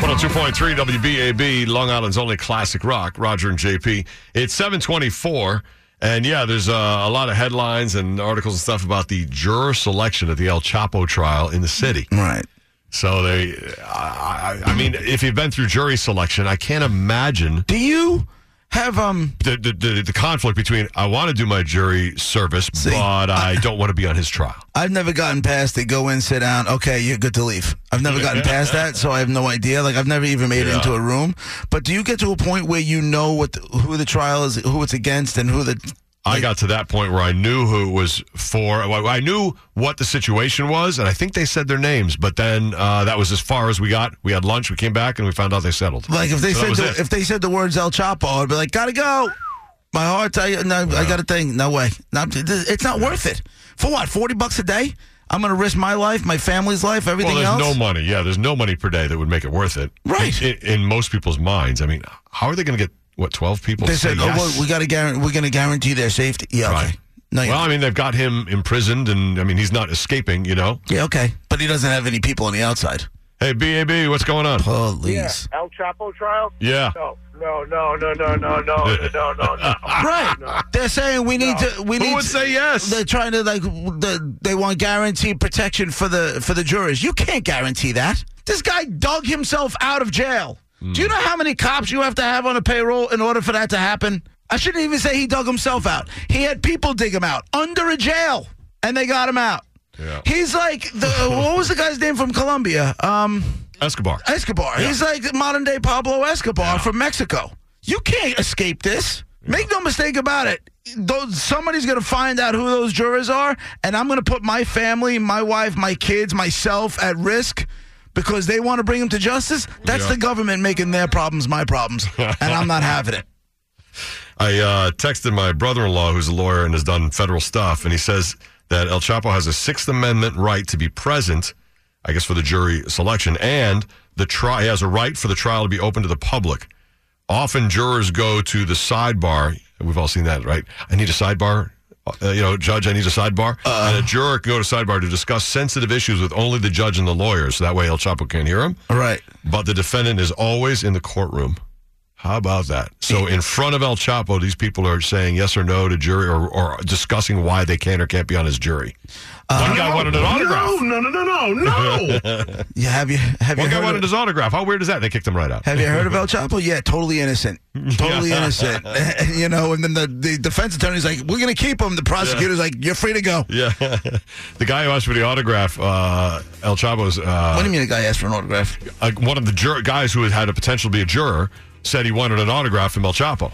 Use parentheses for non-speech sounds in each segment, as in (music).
102.3 WBAB, Long Island's only classic rock, Roger and JP. It's 724. And yeah, there's uh, a lot of headlines and articles and stuff about the juror selection at the El Chapo trial in the city. Right. So they, I, I I mean, if you've been through jury selection, I can't imagine Do you have um? the the, the, the conflict between I want to do my jury service, but I don't want to be on his trial. I've never gotten past the go in, sit down. Okay, you're good to leave. I've never gotten past that, so I have no idea. Like I've never even made it Yeah. into a room. But do you get to a point where you know what the, who the trial is, who it's against, and who the I got to that point where I knew who it was for. I I knew what the situation was, and I think they said their names. But then uh, that was as far as we got. We had lunch, we came back, and we found out they settled. like if they So that said was the, it. if they said the words El Chapo, I'd be like, gotta go. My heart, I, no, I got a thing. No way. No, it's not worth it. For what? Forty bucks a day? I'm gonna risk my life, my family's life, everything well, there's else. no money. Yeah, there's no money per day that would make it worth it. Right. In, in most people's minds, I mean, how are they going to get what 12 people? They to say said, "Oh, yes? well, we got to guarantee we're going to guarantee their safety." Yeah, okay. Right. No, you're Well, I mean, they've got him imprisoned, and I mean, he's not escaping. You know. yeah, okay. But he doesn't have any people on the outside. Hey, BAB, what's going on? Police. El Chapo trial? Yeah. No, no, no, no, no, no, no, no, no, (laughs) no. Right. (laughs) They're saying we need to. We need Who would to- say yes? They're trying to like. w- The, they want guaranteed protection for the for the jurors. You can't guarantee that. This guy dug himself out of jail. Do you know how many cops you have to have on a payroll in order for that to happen? I shouldn't even say he dug himself out. He had people dig him out under a jail, and they got him out. Yeah. He's like (laughs) the what was the guy's name from Colombia? Um. Escobar. Escobar. He's like modern day Pablo Escobar from Mexico. You can't escape this. Make no mistake about it. Those, somebody's going to find out who those jurors are, and I'm going to put my family, my wife, my kids, myself at risk because they want to bring him to justice. That's Yeah. the government making their problems my problems, and I'm not having (laughs) it. I uh, texted my brother in law, who's a lawyer and has done federal stuff, and he says that El Chapo has a Sixth Amendment right to be present, I guess, for the jury selection, and the trial he has a right for the trial to be open to the public. Often jurors go to the sidebar. We've all seen that, right? I need a sidebar. Uh, you know, judge, I need a sidebar. and a juror can go to sidebar to discuss sensitive issues with only the judge and the lawyers. That way, El Chapo can't hear him All right. but the defendant is always in the courtroom. How about that? So in front of El Chapo, these people are saying yes or no to jury or, or discussing why they can or can't be on his jury. One guy wanted an autograph. Uh, No, no, no, no, no. no. (laughs) Yeah, have you have One you guy heard wanted of, his autograph. How weird is that? They kicked him right out. have you heard of El Chapo? Yeah, (laughs) totally innocent, totally innocent. (laughs) you know, and then the, the defense attorney's like, "We're going to keep him." The prosecutor's like, "You're free to go." Yeah, (laughs) the guy who asked for the autograph, uh, El Chapo's uh, What do you mean a guy asked for an autograph? uh, one of the jur- guys who had a potential to be a juror said he wanted an autograph from El Chapo,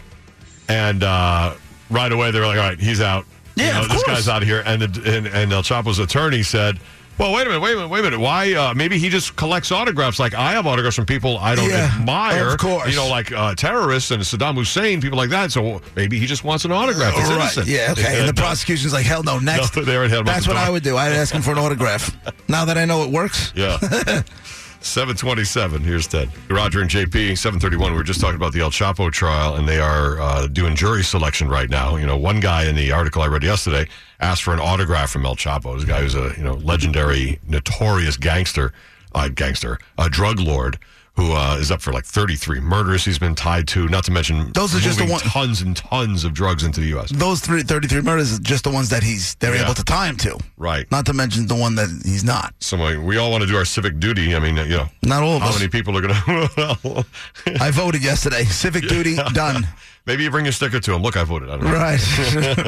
and uh, right away they were like, "All right, he's out. Yeah, of this course. guy's out of here." And, the, and and El Chapo's attorney said, "Well, wait a minute, wait a minute, wait a minute. Why? Uh, maybe he just collects autographs. Like I have autographs from people I don't Yeah, admire. of course. you know, like uh, terrorists and Saddam Hussein, people like that. So maybe he just wants an autograph. It's All right. innocent. Yeah, okay. And the prosecution's like, hell no, (laughs) next. No, they already had him at That's the what door. I would do. I'd ask him for (laughs) an autograph. Now that I know it works. Yeah. (laughs) 727. Here's Ted. Roger and JP, 731. We were just talking about the El Chapo trial, and they are uh, doing jury selection right now. You know, one guy in the article I read yesterday asked for an autograph from El Chapo. This guy who's a, you know, legendary, notorious gangster, uh, gangster, a drug lord who uh, is up for like 33 murders he's been tied to, not to mention Those are just the moving one- tons and tons of drugs into the U.S. Those three, 33 murders are just the ones that he's they're Yeah. able to tie him to. Right. Not to mention the one that he's not. So like, we all want to do our civic duty. I mean, you know, Not all of how us. many people are (laughs) going to. I voted yesterday. (laughs) Civic duty (laughs) done. Maybe you bring your sticker to him. Look, I voted. I don't know. Right. (laughs)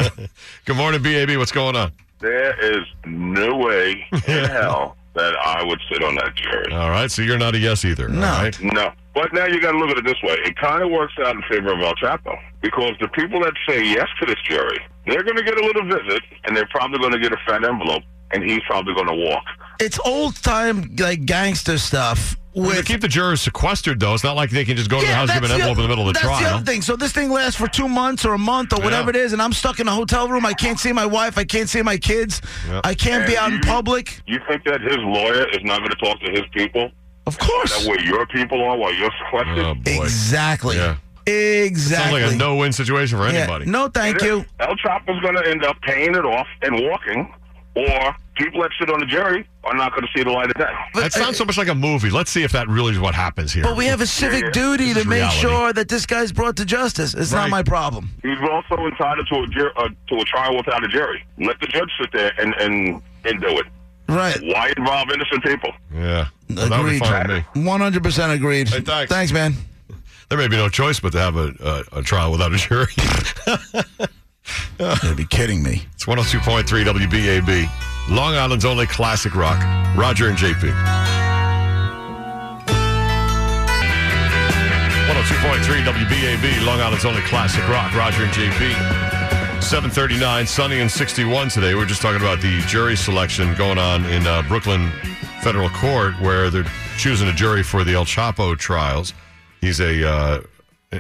Good morning, BAB. What's going on? There is no way in hell that I would sit on that jury. All right. So you're not a yes either. No. All right. No. But now you got to look at it this way. It kind of works out in favor of El Chapo because the people that say yes to this jury, they're going to get a little visit and they're probably going to get a fat envelope and he's probably going to walk. it's old time like gangster stuff Well, they with keep the jurors sequestered, though. It's not like they can just go to the house, give an that's envelope the- in the middle of the that's trial. the other thing. So this thing lasts for two months or a month or whatever Yeah. it is, and I'm stuck in a hotel room. I can't see my wife. I can't see my kids. Yeah. I can't be out in Mhm. public. You think that his lawyer is not going to talk to his people? Of That course. way your people are while you're sequestered? Oh, boy. Exactly. Yeah. Sounds Exactly. like a no win situation for Yeah. anybody. No, thank you. El Chapo's going to end up paying it off and walking or people that sit on the jury are not going to see the light of day. That sounds so much like a movie. Let's see if that really is what happens here. uh, But we have a civic duty This is to make reality. sure that this guy's brought to justice. It's Right. not my problem. He's also entitled to a, jur- uh, to a trial without a jury. Let the judge sit there and, and, and do it. Right. Why involve innocent people? yeah. Well, that would be Agreed. fine with me. 100% agreed. Hey, thanks. man. There may be no choice but to have a, a, a trial without a jury. (laughs) you would be kidding me. it's 102.3 WBAB, Long Island's only classic rock. Roger and JP. 102.3 WBAB, Long Island's only classic rock. Roger and JP. 739, sunny and 61 today. We were just talking about the jury selection going on in uh, Brooklyn Federal Court where they're choosing a jury for the El Chapo trials. He's a, uh,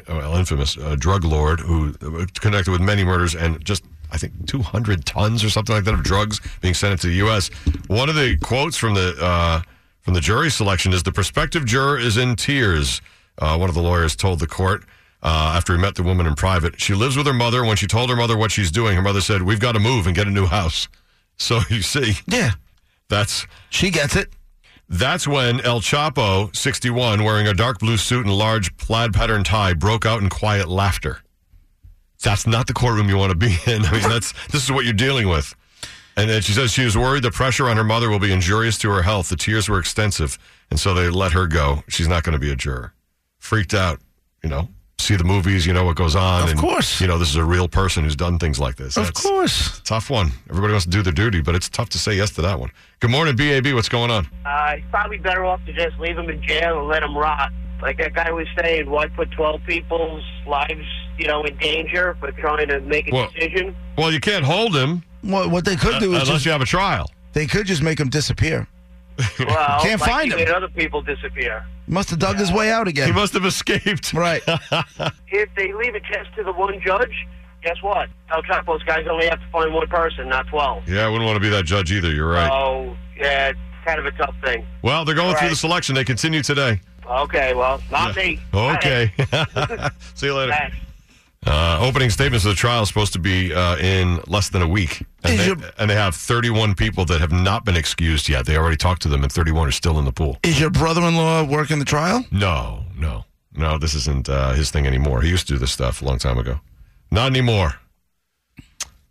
well, infamous uh, drug lord who uh, connected with many murders and just, I think, 200 tons or something like that of drugs being sent into the U.S. One of the quotes from the, uh, from the jury selection is the prospective juror is in tears, uh, one of the lawyers told the court uh, after he met the woman in private. She lives with her mother. When she told her mother what she's doing, her mother said, We've got to move and get a new house. So (laughs) you see, Yeah. that's She gets it. that's when El Chapo, 61, wearing a dark blue suit and large plaid pattern tie, broke out in quiet laughter. That's not the courtroom you want to be in. (laughs) I mean, that's this is what you're dealing with. And then she says she was worried the pressure on her mother will be injurious to her health. The tears were extensive, and so they let her go. She's not going to be a juror. Freaked out, you know. See the movies, you know what goes on. Of and, course. you know this is a real person who's done things like this. of That's course. a tough one. Everybody wants to do their duty, but it's tough to say yes to that one. Good morning, BAB. What's going on? Uh, he's probably better off to just leave him in jail and let him rot. Like that guy was saying, why put 12 people's lives, you know, in danger for trying to make a Well- (laughs) decision? Well, you can't hold him. What, what they could do is Uh, unless just, you have a trial. they could just make him disappear. Well, Can't like find he him. made other people disappear. Must have dug his way out He again. must have escaped. (laughs) Right. If they leave it just to the one judge, guess what? El Chapo's guys only have to find one person, not 12. Yeah, I wouldn't want to be that judge either. You're right. So, yeah, it's kind of a tough thing. well, they're going through Oh, Right. the selection. They continue today. Okay, well, not me. Okay. (laughs) See you later. Thanks. Uh, opening statements of the trial is supposed to be uh, in less than a week. And Is they, your- and they have 31 people that have not been excused yet. They already talked to them, and 31 are still in the pool. Is your brother in law working the trial? No, no, no. This isn't uh, his thing anymore. He used to do this stuff a long time ago. Not anymore.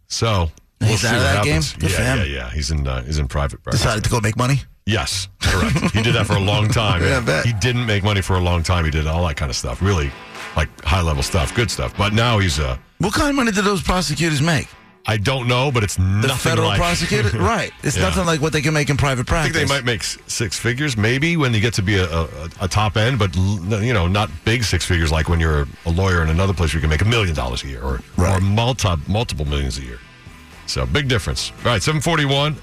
So we'll He's see out of what that game? happens. Good for yeah, yeah, him. yeah. He's in. Uh, he's in private practice. Decided to go make money? Yes, correct. he did that for a (laughs) long time. Yeah, I bet. He didn't make money for a long time. He did all that kind of stuff. Really, like high level stuff, good stuff. But now he's Uh, What kind of money did those prosecutors make? I don't know, but it's The nothing federal like. (laughs) prosecutor? right. It's Yeah. nothing like what they can make in private I practice. think they might make s- six figures, maybe when they get to be a, a, a top end, but l- you know, not big six figures like when you're a lawyer in another place where you can make a million dollars a year or Right. or multi multiple millions a year. So big difference. All right, seven forty one.